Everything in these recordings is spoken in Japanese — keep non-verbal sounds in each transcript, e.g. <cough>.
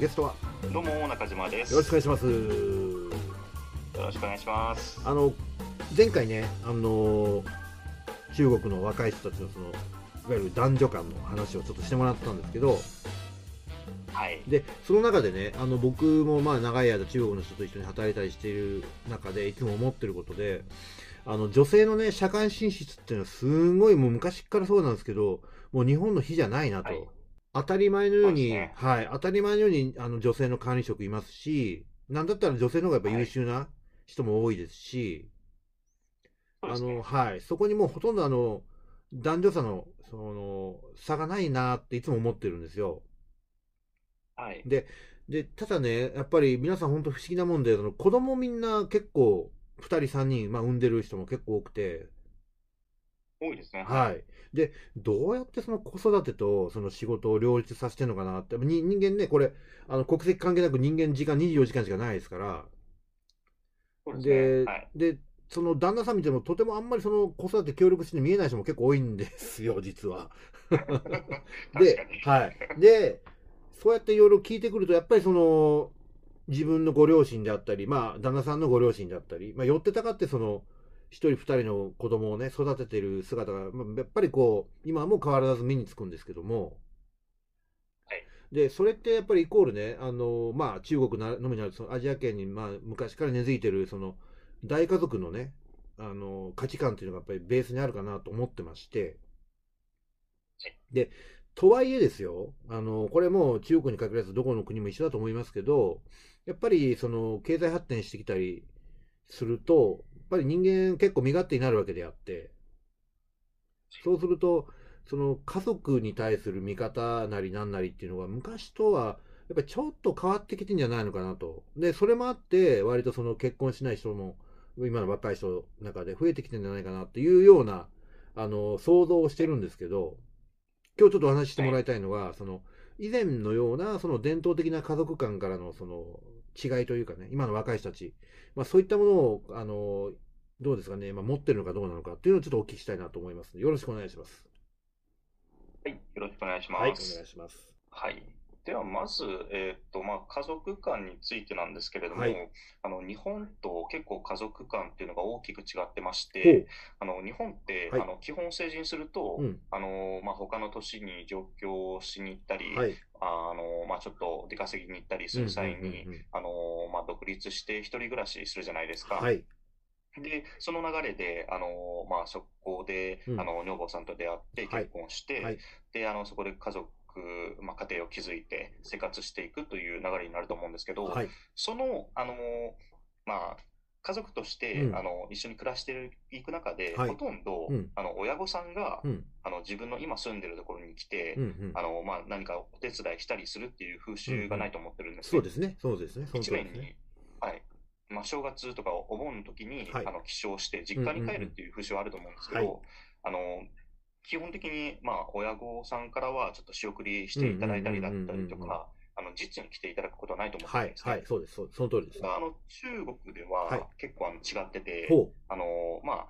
ゲストはどうも中島です。よろしくお願いよしますろしくお願いします。あの前回ねあの中国の若い人たちのそのいわゆる男女間の話をちょっとしてもらったんですけどはい。でその中でねあの僕もまあ長い間中国の人と一緒に働いたりしている中でいつも思ってることであの女性のね社会進出っていうのはすごいもう昔からそうなんですけどもう日本の比じゃないなと、はい当たり前のようそうにですねはい、当たり前のようにあの女性の管理職いますしなんだったら女性の方がやっぱ優秀な人も多いですし、そうであすねのはい、そこにもうほとんどあの男女差のその差がないなっていつも思ってるんですよ。はい。で、ただね、やっぱり皆さん本当不思議なもんで、その子供みんな結構、2人3人、まあ、産んでる人も結構多くて、多いですね。はい。で、どうやってその子育てとその仕事を両立させてるのかなって、に人間ね、これ、あの国籍関係なく人間時間24時間しかないですから、そうですでね。はい。、で、その旦那さん見てもとてもあんまりその子育て協力してるの見えない人も結構多いんですよ、実 <laughs> は。確かでに、はい。で、そうやっていろいろ聞いてくると、やっぱりその、自分のご両親であったり、まあ、旦那さんのご両親であったり、まあ、寄ってたかって、その、一人二人の子供をね、育ててる姿が、まあやっぱりこう、今も変わらず目につくんですけども、はいで、それってやっぱりイコールね、あの、まあ、中国なのみならず、そのアジア圏に、まあ、昔から根付いてる、その、大家族のね、あの、価値観っていうのがやっぱりベースにあるかなと思ってまして、とはいえですよ、あの、これもう中国に限らずどこの国も一緒だと思いますけど、やっぱりその経済発展してきたりすると、やっぱり人間結構身勝手になるわけであって、そうすると、その家族に対する見方なりなんなりっていうのが昔とはやっぱりちょっと変わってきてんじゃないのかなと。で、それもあって、割とその結婚しない人も今の若い人の中で増えてきてんじゃないかなっていうような、あの、想像をしてるんですけど、今日ちょっとお話ししてもらいたいのが、その、以前のような、その伝統的な家族間からの、その、違いというかね、今の若い人たち、まあそういったものを、あの、どうですかね、まあ持ってるのかどうなのかっていうのをちょっとお聞きしたいなと思いますのでよろしくお願いします。はい。よろしくお願いしはい、おま願すい。します。はい。では、まず、えーっと、まあ、家族間についてなんですけれども、はいあの、日本と結構家族間っていうのが大きく違ってましほてう、、あの、日本って、はいあの、基本成人すると、うん、あの、まあ、他の都市に上京しに行ったり、はい。あの、まあ、ちょっと出稼ぎに行ったりする際うんうんにう、んうんあのまあ、独立して一人暮らしするじゃないですか。はい、で、その流れで、あのまあ、そこで、うんあの女房さんと出会ってはい結婚して、はいで、あのそこで家族、まあ、家庭を築いて生活していくという流れになると思うんですけど、はい、その、あのまあ、家族として、うんあの一緒に暮らしていく中で、はいほとんど、うんあの親御さんが、うん、あの自分の今住んでるところに来て、うん、うんあ。のまあ、何かお手伝いしたりするっていう風習がないと思ってるんですそねうですね、そうですね、その一通り年ですね。に、はいまあ、正月とかお盆の時に、はいあの起床して実家に帰るっていう風習はあると思うんですけど、うんうんうんあの基本的に、まあ、親御さんからはちょっと仕送りしていただいたりだったりとうんうんうんうんうんうんか、あの実に来ていただくことはないと思うんはいで、すね。はい、そうです、そうその通りですそれ。があの中国では、はい結構あの違ってて、ほあのまあ、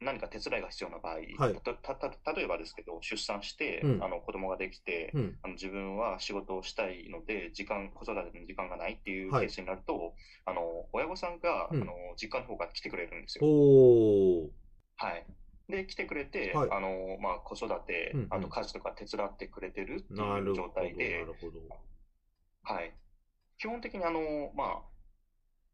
何か手伝いが必要な場合、はいたたた例えばですけど、出産して、うんあの子供ができて、う、うん、あの自分は仕事をしたいので、時間、子育ての時間がないっていうケはいースになると、あの親御さんが、うんあの実家の方から来てくれるんですよ。おー、はい、で、来てくれて、はいあのまあ、子育て、うんうんあと家事とか手伝ってくれてるってないうるほ状ど、な態でる、ほど。はい、基本的にあの、まあ、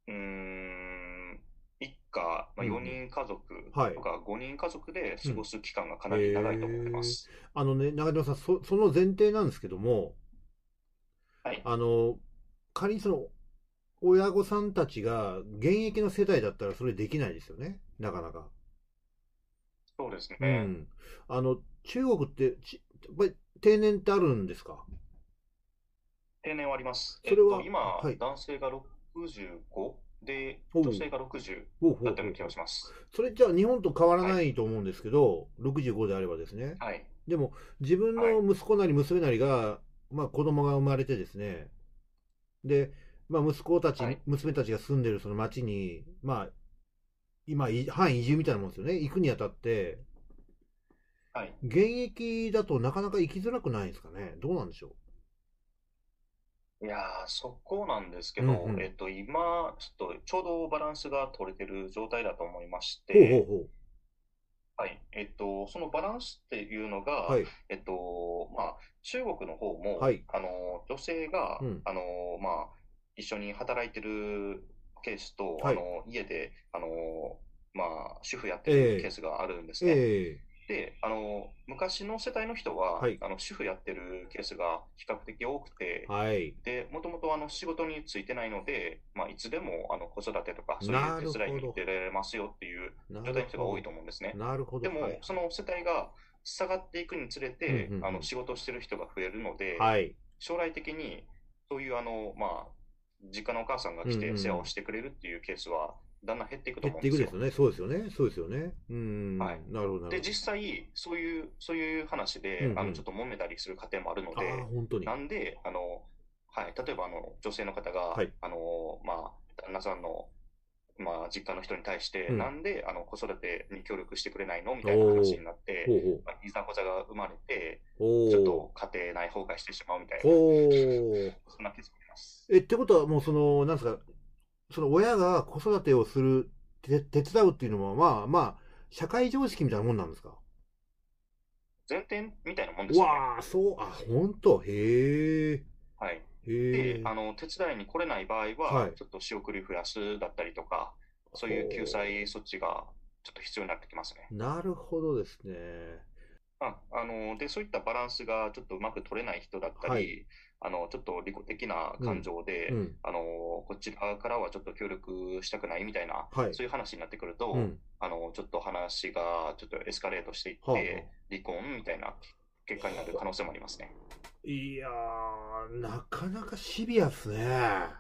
うーん、一家、まあ、うんうん4人家族はいとか5人家族で過ごす期間がかなり長いと思ってます。あのね、中島さん、そその前提なんですけども、はいあの、仮にその、親御さんたちが現役の世代だったらそれできないですよね、なかなか。そうですね。うん。あの、中国って、ちやっぱり定年ってあるんですか定年はあります。それはえっと、今、はい男性が65で、おう女性が60ほうほうほだうったような気がします。それじゃあ日本と変わらないと思うんですけど、65であればですね。はい。でも、自分の息子なり娘なりが、まあ子供が生まれてですね、で、まあ息子たち、はい娘たちが住んでるその町に、まあ、今、い反移住みたいなもんですよね。行くにあたって、はい。現役だとなかなか行きづらくないんですかね。どうなんでしょいやー、そこなんですけど、うんうんえっと、今、ちょっと、ちょうどバランスが取れてる状態だと思いましほうほて、うほはい。えっと、そのバランスっていうのが、う。はい。えっと、まあ、中国の方も、はいあの、女性が、うんあの、まあ、一緒に働いてるケースと、はいあの、家で、あの、まあ、主婦やってるええケースがあるんですね。えで、あの、昔の世代の人は、はいあの、主婦やってるケースが比較的多くてえ、はい。で、もともとあの仕事についてないので、まあ、いつでもあの子育てとか、そうなるいほどう手伝いに出られますよっていうな状態の人が多いと思思うんですね。なるほど。でもはい、その世帯が下がっていくにつれて、うんうんうんあの仕事してる人が増えるので、はい。将来的にそういうあの、まあ、実家のお母さんがうん来うんうてん世話をしてくれるっていうケースは、だんだん減っていくと減思っうんてでいくすでよす。よね。そうですよね。そうですよね。うん。はいなるほど、なるで、ほど。実際、そういう、そういう話で、うんうんあの、ちょっと揉めたりする家庭もあるのあであ、、本当に。なんで、あの、はい、例えばあの女性の方が、はいあの、まあ、旦那さんの、まあ、実家の人に対して、うんなんであの子育てに協力してくれないのみたいな話になって、ほうほう。まあいざこざが生まれて、おちょっおと家庭内崩壊してしまうみたいな、ほう。そんなケースもあります。え、ってことは、もうその、なんですか、その親が子育てをする、て手伝うっていうのは、まあまあ、社会常識みたいなもんなんですか前提みたいなもんでうすよね。わあ、そう、あ、本当へえ、はい。へえ、。であの、手伝いに来れない場合は、はいちょっと仕送り増やすだったりとか、そういう救済措置がちょっと必要になってきますね。なるほどですね。あ、あの、で、そういったバランスがちょっとうまく取れない人だったり、はいあの、ちょっと利己的な感情で、うん。あの、こちらからはちょっと協力したくないみたいな、はいそういう話になってくると、うん。あの、ちょっと話がちょっとエスカレートしていっはあはて、離婚みたいな結果になる可能性もありますね。あ。いやー、なかなかシビアっすね。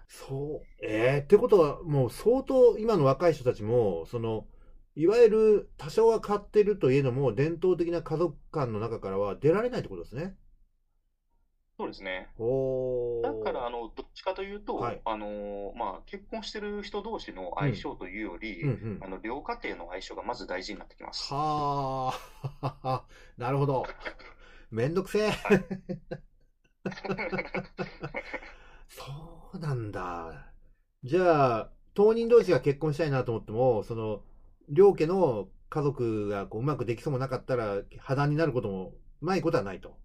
そう。えー、ってことは、もう相当今の若い人たちも、その、いわゆる多少は買ってるといえども、伝統的な家族観の中からは出られないってことですね。そうですね。おだから、あの、の、どっちかというと、はいあの、まあ、結婚してる人同士の相性というより、うんうんあ。の、両家庭の相性がまず大事になってきます。はあ、 <laughs> なるほど。めんどくせえ。そうなんだ。じゃあ、当人同士が結婚したいなと思っても、その、両家の家族がこううまくできそうもなかったら、破談になることも、ないことはないと。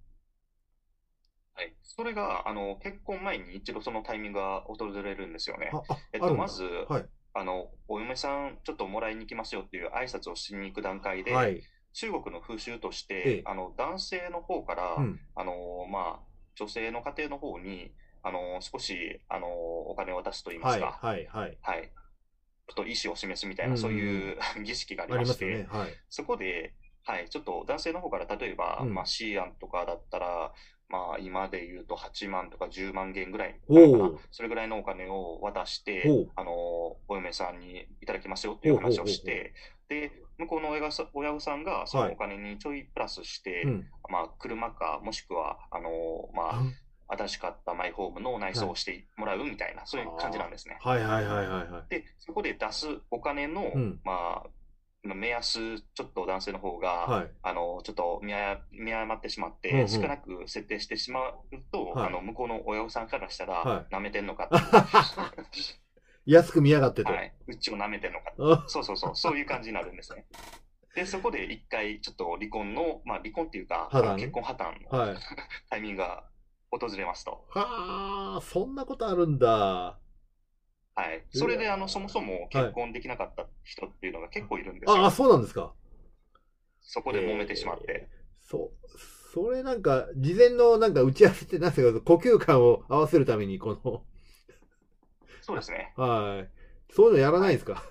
はい、それがあの結婚前に一度そのタイミングが訪れるんですよね。あ、あ、えっあると、んだまず、はいあの、お嫁さんちょっともらいに行きますよっていう挨拶をしに行く段階で、はい。中国の風習としええて、あの男性の方から、うん。あのまあ、女性の家庭の方にあの少しあのお金を渡すと言いまはすい、か、はい、はい。はいちょっと意思を示すみたいうんな、そういう <laughs> 儀式がありあまりましすよて、ね。はい。そこで、はい、ちょっと男性の方から例えば、うんまあ、C 案とかだったら、まあ、今で言うと8万とか10万元ぐらいおうなのかなそれぐらいのお金を渡しておう、あの、お嫁さんにいただきますよっていう話をして、で、向こうの親がさ親御さんがそのお金にちょいプラスして、うん。まあ、車か、もしくは、あの、まあ、新しかったマイホームの内装をしてもらうみたいな、そういう感じなんですね。はい、はい、はい、はい、はい。で、そこで出すお金の、うんまあ、目安、ちょっと男性の方が、はい。あの、ちょっと見誤見誤ってしまっうんうんて、少なく設定してしまうと、はいあの、向こうの親御さんからしたはら、舐めてんの <laughs> かって安く見やがっていう、と。はい、うちを舐めてんのかあそうそうそう、そういう感じになるんですね。で、そこで一回、ちょっと離婚の、まあ離婚っていうか、破綻あの結婚破綻のはい。タイミングが訪れますと。はあ、そんなことあるんだ。はい。それうで、わあの、そもそも結婚できなかった人っていうのが結構いるんですよ。ああ、そうなんですか。そこで揉めてしまって。そう、それなんか、事前のなんか打ち合わせってなんですか、呼吸感を合わせるために、こそうですね。の、はい。そういうのやらないですか。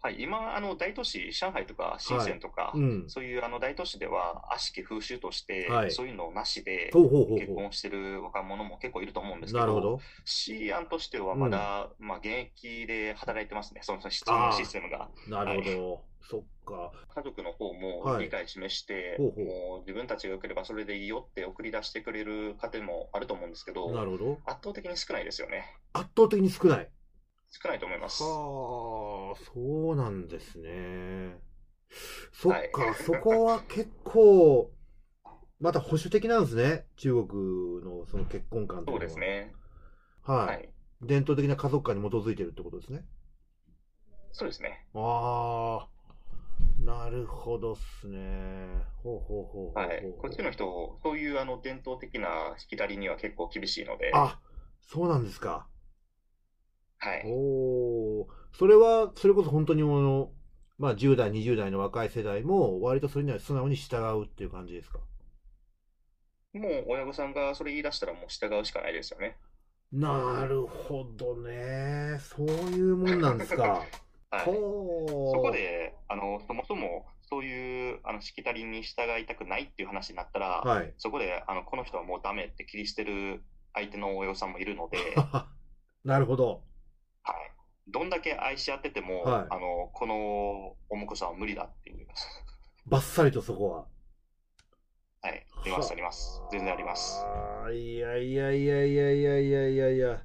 はい。今、あの、大都市、上海とか深センとかう、ん。そういうあの大都市では、悪しき風習としては、いそういうのなしでほうほうほう結ほ婚してる若者も結構いると思うんですう。けなるほど、ど。 C 案としてはまだ、まあ、現役で働いてますね、そのその質あー問システムが。なるほど。そっか。家族の方もはい理解示して、ほうほうもう自分たちが良ければそれでいいよって送り出してくれる家庭もあると思うんですけど、なるほど。圧倒的に少ないですよね。圧倒的に少ない。少ないと思いはあ、ます。そうなんですね。そっか、はいそこは結構、また保守的なんですね、中国のその結婚観というのはそうです。ね。はい、はい。伝統的な家族観に基づいてるってことですね。そうですね。ああ、なるほどっすね。ほうほうほうほうほうはい。こっちの人、そういうあの伝統的な引きだりには結構厳しいので、はあ、そうなんですか。い。おお、それは、それこそ本当にあの、まあ、10代、20代の若い世代も、割とそれには素直に従うっていう感じですか。もう親御さんがそれ言い出したらもう従うしかないですよね。なるほどね。そういうもんなんですか。 <laughs> はい。ほう。そこで、あの、そもそもそういうあのしきたりに従いたくないっていう話になったら、はい。 <laughs> そこで、あの、この人はもうダメって切り捨てる相手の親御さんもいるので、 <laughs> なるほど。はい。どんだけ愛し合ってても、はいあの、このお婿さんは無理だっていう、ばっさりとそこは。 <laughs> はい。あります、あります。全然あります。あー。いやいやいやいやいやいやいやいや。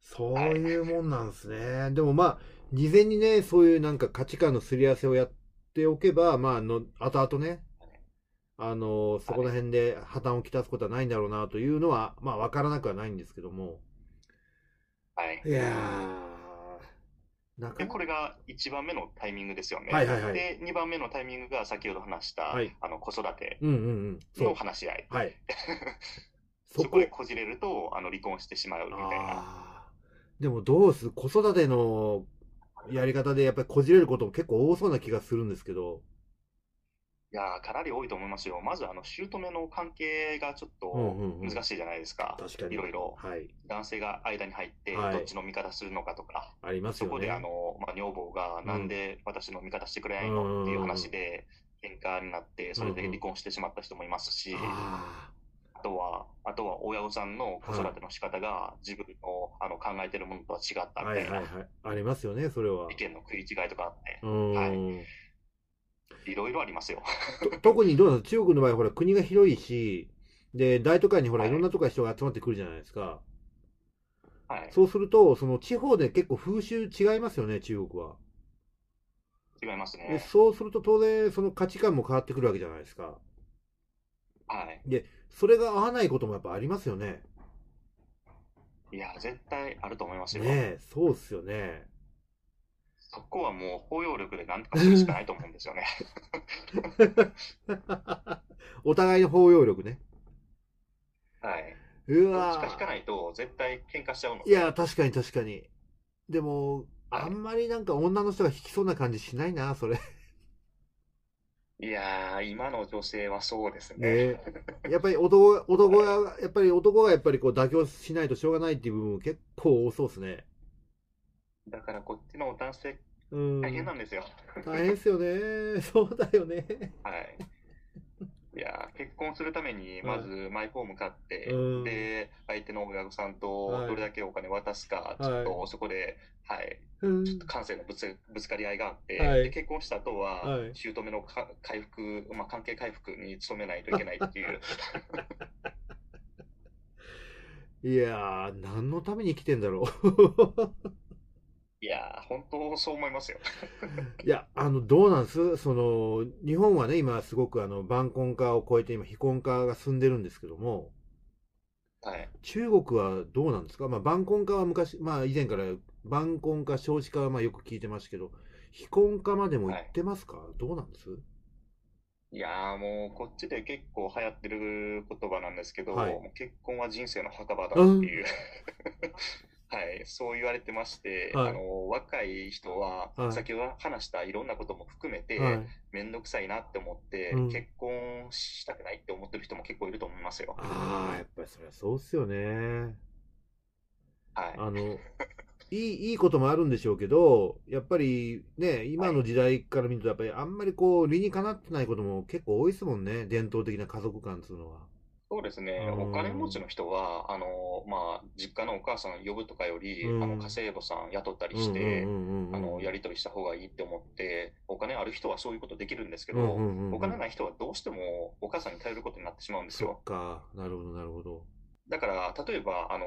そういうもんなんですね。でもまあ、事前にね、そういうなんか価値観のすり合わせをやっておけば、まあ、あの後々ね、あの、そこら辺で破綻をきたすことはないんだろうなというのは、まあ、わからなくはないんですけども。はい。いやー、なかで、なかこれが1番目のタイミングですよね。はいはいはいで、2番目のタイミングが先ほど話した、はいあの、子育てうんうんうん。そのう。話し合い。はい。そそこでここじれると、あの、離婚してしまうみたいな。あーでもどうす子育てのやり方でやっぱりこじれることも結構多そうな気がするんですけど。いやー、かなり多いと思いますよ。まず、あの、姑の関係がちょっうんとうんうん難しいじゃないですか。確かに。いろいろはい。男性が間に入って、はいどっちの味方するのかとか。ありますそよこで、あね。の、まあ、女房がなんで私の味方してくれないのっていう話で喧嘩になって、それで離婚してしまった人もいますし、ああとは、あとは親御さんの子育ての仕方が自分のあの考えてるものとは違っあ。たみはたいいはいはいな、。ありますよね、それは意。見の食い違いとかあっうーん。て、いろいろありま <laughs> すよ。と特にどうなんですか中国の場合、ほら、国が広いし、で、大都会にほら、はいいろんなとこから人が集まってくるじゃないですか。はい。そうすると、その地方で結構風習違いますよね、中国は。違いますでね。そうすると当然、その価値観も変わってくるわけじゃないですか。はい。それが合わないこともやっぱありますよね。いや、絶対あると思いますよ。ねえ、そうっすよね。 <laughs> そこはもう包容力でなんとかするしかないと思う <laughs> んですよね。お互いの包容力ね。はい。うどっわちか引かぁ。ないと絶対喧嘩しちゃうのいで。や、確かに確かに。でも、はいあんまりなんか女の人が引きそうな感じしないな、それ。いやー、今の女性はそうですね。ねえ。やっぱり男が、男が、やっぱり男がやっぱりこう妥協しないとしょうがないっていう部分結構多そうっすね。だからこっちの男性うん。大変なんですよ。大変っすよね。 <laughs> そうだよね。はい。いやー、結婚するために、まずマイホーム買って、うんで、相手の親御さんとはいどれだけお金渡すか、いちょっとそこで、はい、うん。感性のぶつ、ぶつかり合いがあって、はいで、結婚した後は、はい姑のか回復、まあ、関係回復に努めないといけないっ <laughs> ていう、いやー、何のために生きてんだろう。いやー、本当そう思いますよ。いや、あの、どうなんすその、日本はね、今すごくあの、晩婚化を超えて今、非婚化が進んでるんですけども、はい。中国はどうなんですかまあ、晩婚化は昔、まあ、以前から晩婚化、少子化はまあ、よく聞いてますけど、非婚化までも行ってますかどうなんですいやー、もう、こっちで結構流行ってる言葉なんですけど、はいもう結婚は人生の墓場だってうんいう、 <laughs> はい、そう言われてまして、はいあの、若い人はは、い先ほど話したいろんなことも含めて、はい。めんどくさいなって思って、うん結婚したくないって思ってる人も結構いると思いますよ。ああ、やっぱりそりゃそうっすよね。はい。あの、いい、いいこともあるんでしょうけど、やっぱりね、今の時代から見ると、やっぱりあんまりこう、理にかなってないことも結構多いですもんね、伝統的な家族観っていうのは。そうですね、うんお金持ちの人は、あの、まあ、実家のお母さん呼ぶとかより、うんあの、家政婦さん雇ったりうんしうんて、うんうんうんあの、やり取りした方がいいって思って、お金ある人はそういうことできるんですけうんうど、んうんうんお金ない人はどうしてもお母さんに頼ることになってしまうんですそよっ。か、なるほど、なるほど。だから、例えば、あの、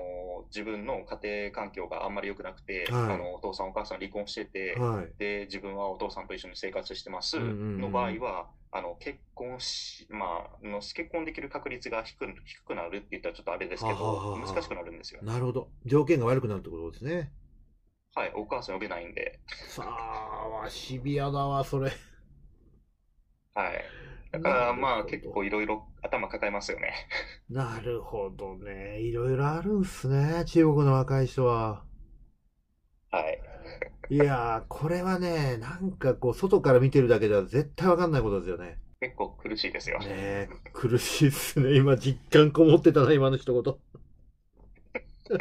自分の家庭環境があんまり良くなくて、はいあの、お父さんお母さん離婚してて、はい。で、自分はお父さんと一緒に生活してますうんうんうんの場合は、あの、結婚し、まあ、あの結婚できる確率が低く低くなるって言ったらちょっとあれですけはははど、は難しくなるんですよ。なるほど。条件が悪くなるってことですね。はい、お母さん呼べないんで、さあ、シビアだわ、それ。はい。だから、まなるほあ、ど結構いろいろ頭抱えますよね。なるほどね。いろいろあるんすね。中国の若い人は。はい。いやー、これはね、なんかこう、外から見てるだけでは絶対わかんないことですよね。結構苦しいですよ。ねえ、苦しいっすね。今、実感こもってたな、今の一言。 <laughs>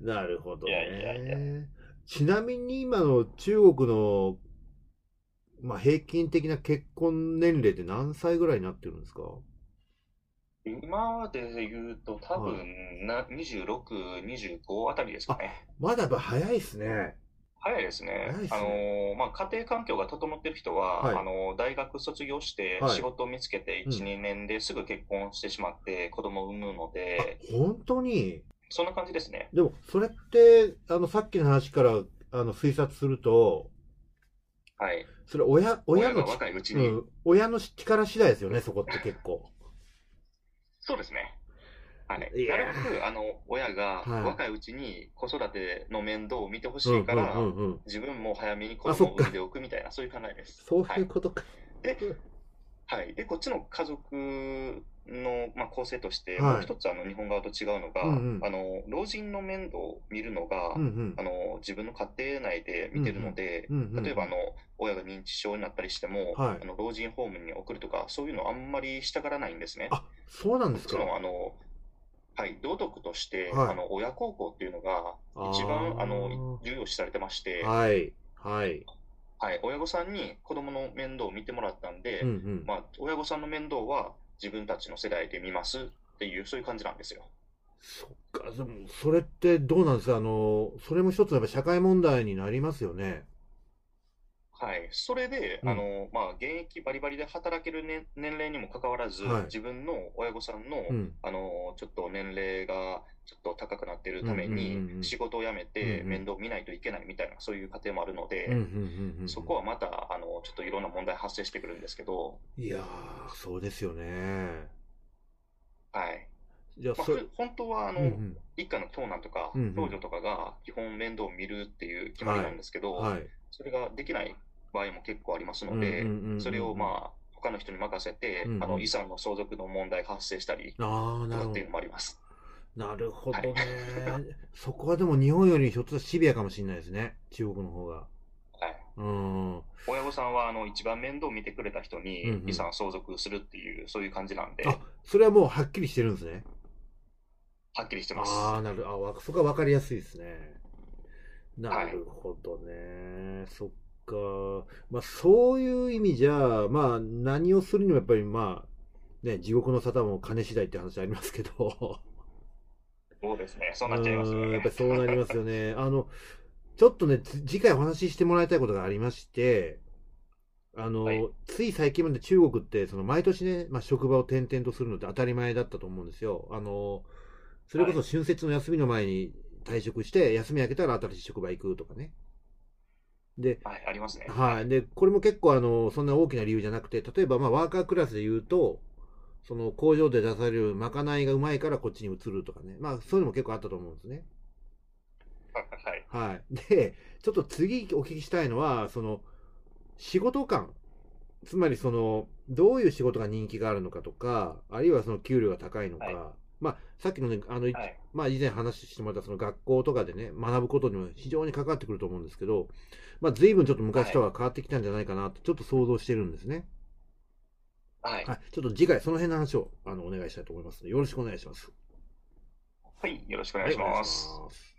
なるほどね。いやいやいやちなみに今の中国の、まあ、平均的な結婚年齢って何歳ぐらいになってるんですか今までで言うと、多分な、26、25あたりですかね。まだやっぱ早いっすね。早いですね。早いですあのーまあ、家庭環境が整ってる人は、はいあのー大学卒業してはい仕事を見つけてうん1、2年ですぐ結婚してしまって子供を産むので、あ本当にそんな感じですね。でも、それって、あの、さっきの話から、あの、推察すると、はい。それ親、親がのち、若いうちうに、ん、親の力次第ですよね、そこって結構。そうですね。はい。ないやーるべく、あの、親がはい若いうちに子育ての面倒を見てほしうんいから、うんうんうん。自分も早めに子あそ供っをか産んでおくみたいな、そういう考えです。そうはいいうことか。はい。で、こっちの家族の、まあ、構成として、はいもう一つあの日本側と違うのが、うんうんあの老人の面倒を見るのが、うんうんあ。の自分の家庭内で見てるので、うんうん例えばあの親が認知症になったりしても、はいあの老人ホームに送るとか、そういうのあんまりしたがらないんですね。あそうなんですそか。のあのはい、道徳として、はいあの親孝行っていうのがあー一番あの重要視されてまして、はいはい。はい。親御さんに子供の面倒を見てもらったんで、うんうん。まあ、親御さんの面倒は自分たちの世代で見ますっていう、そういう感じなんですよ。そっか、でも、それってどうなんですかあの、それも一つやっぱ社会問題になりますよね。はい。それで、うんあの、まあ、現役バリバリで働ける年、年齢にもかかわらず、はい自分の親御さんの、うん。あの、ちょっと年齢がちょっと高くなっているためうんうんうんうんに、仕事を辞めうんてうん面倒見ないといけないみたいな、そういう家庭もあるのうんうんで、うんうん。そこはまた、あの、ちょっといろんな問題発生してくるんですけど、いやー、そうですよね。はい。じゃあ、まあ、そ、ふ本当は、あうの、ん一家の長男とか、うんうん長女とかが基本面倒を見るっていう決まりなんですけうん。ど、はい。それができない場合も結構ありますうのんで、うんうんそれをあ。まあ他の人に任せて、うんうんあの遺産の相続の問題発生したりああ、となるかっほてどいう。のもあります。なるほどね。そこはでも日本よりひょっとしたらシビアかもしれないですね。中国の方が。はい、うん。親御さんはあの一番面倒を見てくれた人にうんうん遺産相続するっていう、そういう感じなんで、あ、それはもうはっきりしてるんですね。はっきりしてます。ああ、なる、あ、わそこは分かりやすいですね。なるほどね。そっか。まあ、そういう意味じゃ、まあ、何をするにもやっぱり、まあ、ね、地獄の沙汰も金次第って話ありますけど。そうですね、そううなっちゃいますよん、やっねぱ。りそうなりますよね。 <laughs> あの、ちょっとね、つ次回お話ししてもらいたいことがありまして、あの、はいつい最近まで中国って、その毎年ね、まあ、職場を転々とするのって当たり前だったと思うんですよ。あの、それこそ春節の休みの前に退職して、休み明けたら新しい職場行くとかね。で、はい、ありますね。はい。で、これも結構、あの、そんな大きな理由じゃなくて、例えば、まあ、ワーカークラスで言うと、その工場で出されるまかないがうまいからこっちに移るとかね。まあ、そういうのも結構あったと思うんですね。はい、はい。で、ちょっと次お聞きしたいのは、その、仕事感。つまり、その、どういう仕事が人気があるのかとか、あるいはその給料が高いのか。はいまあ、さっきのね、あの、いはい、まあ、以前話してもらったその学校とかでね、学ぶことにも非常に関わってくると思うんですけど、まあ、随分ちょっと昔とは変わってきたんじゃないかなと、ちょっと想像してるんですね。はい、はい。ちょっと次回その辺の話を、あの、お願いしたいと思いますので、よろしくお願いします。はい、よろしくお願いします。はいお願いします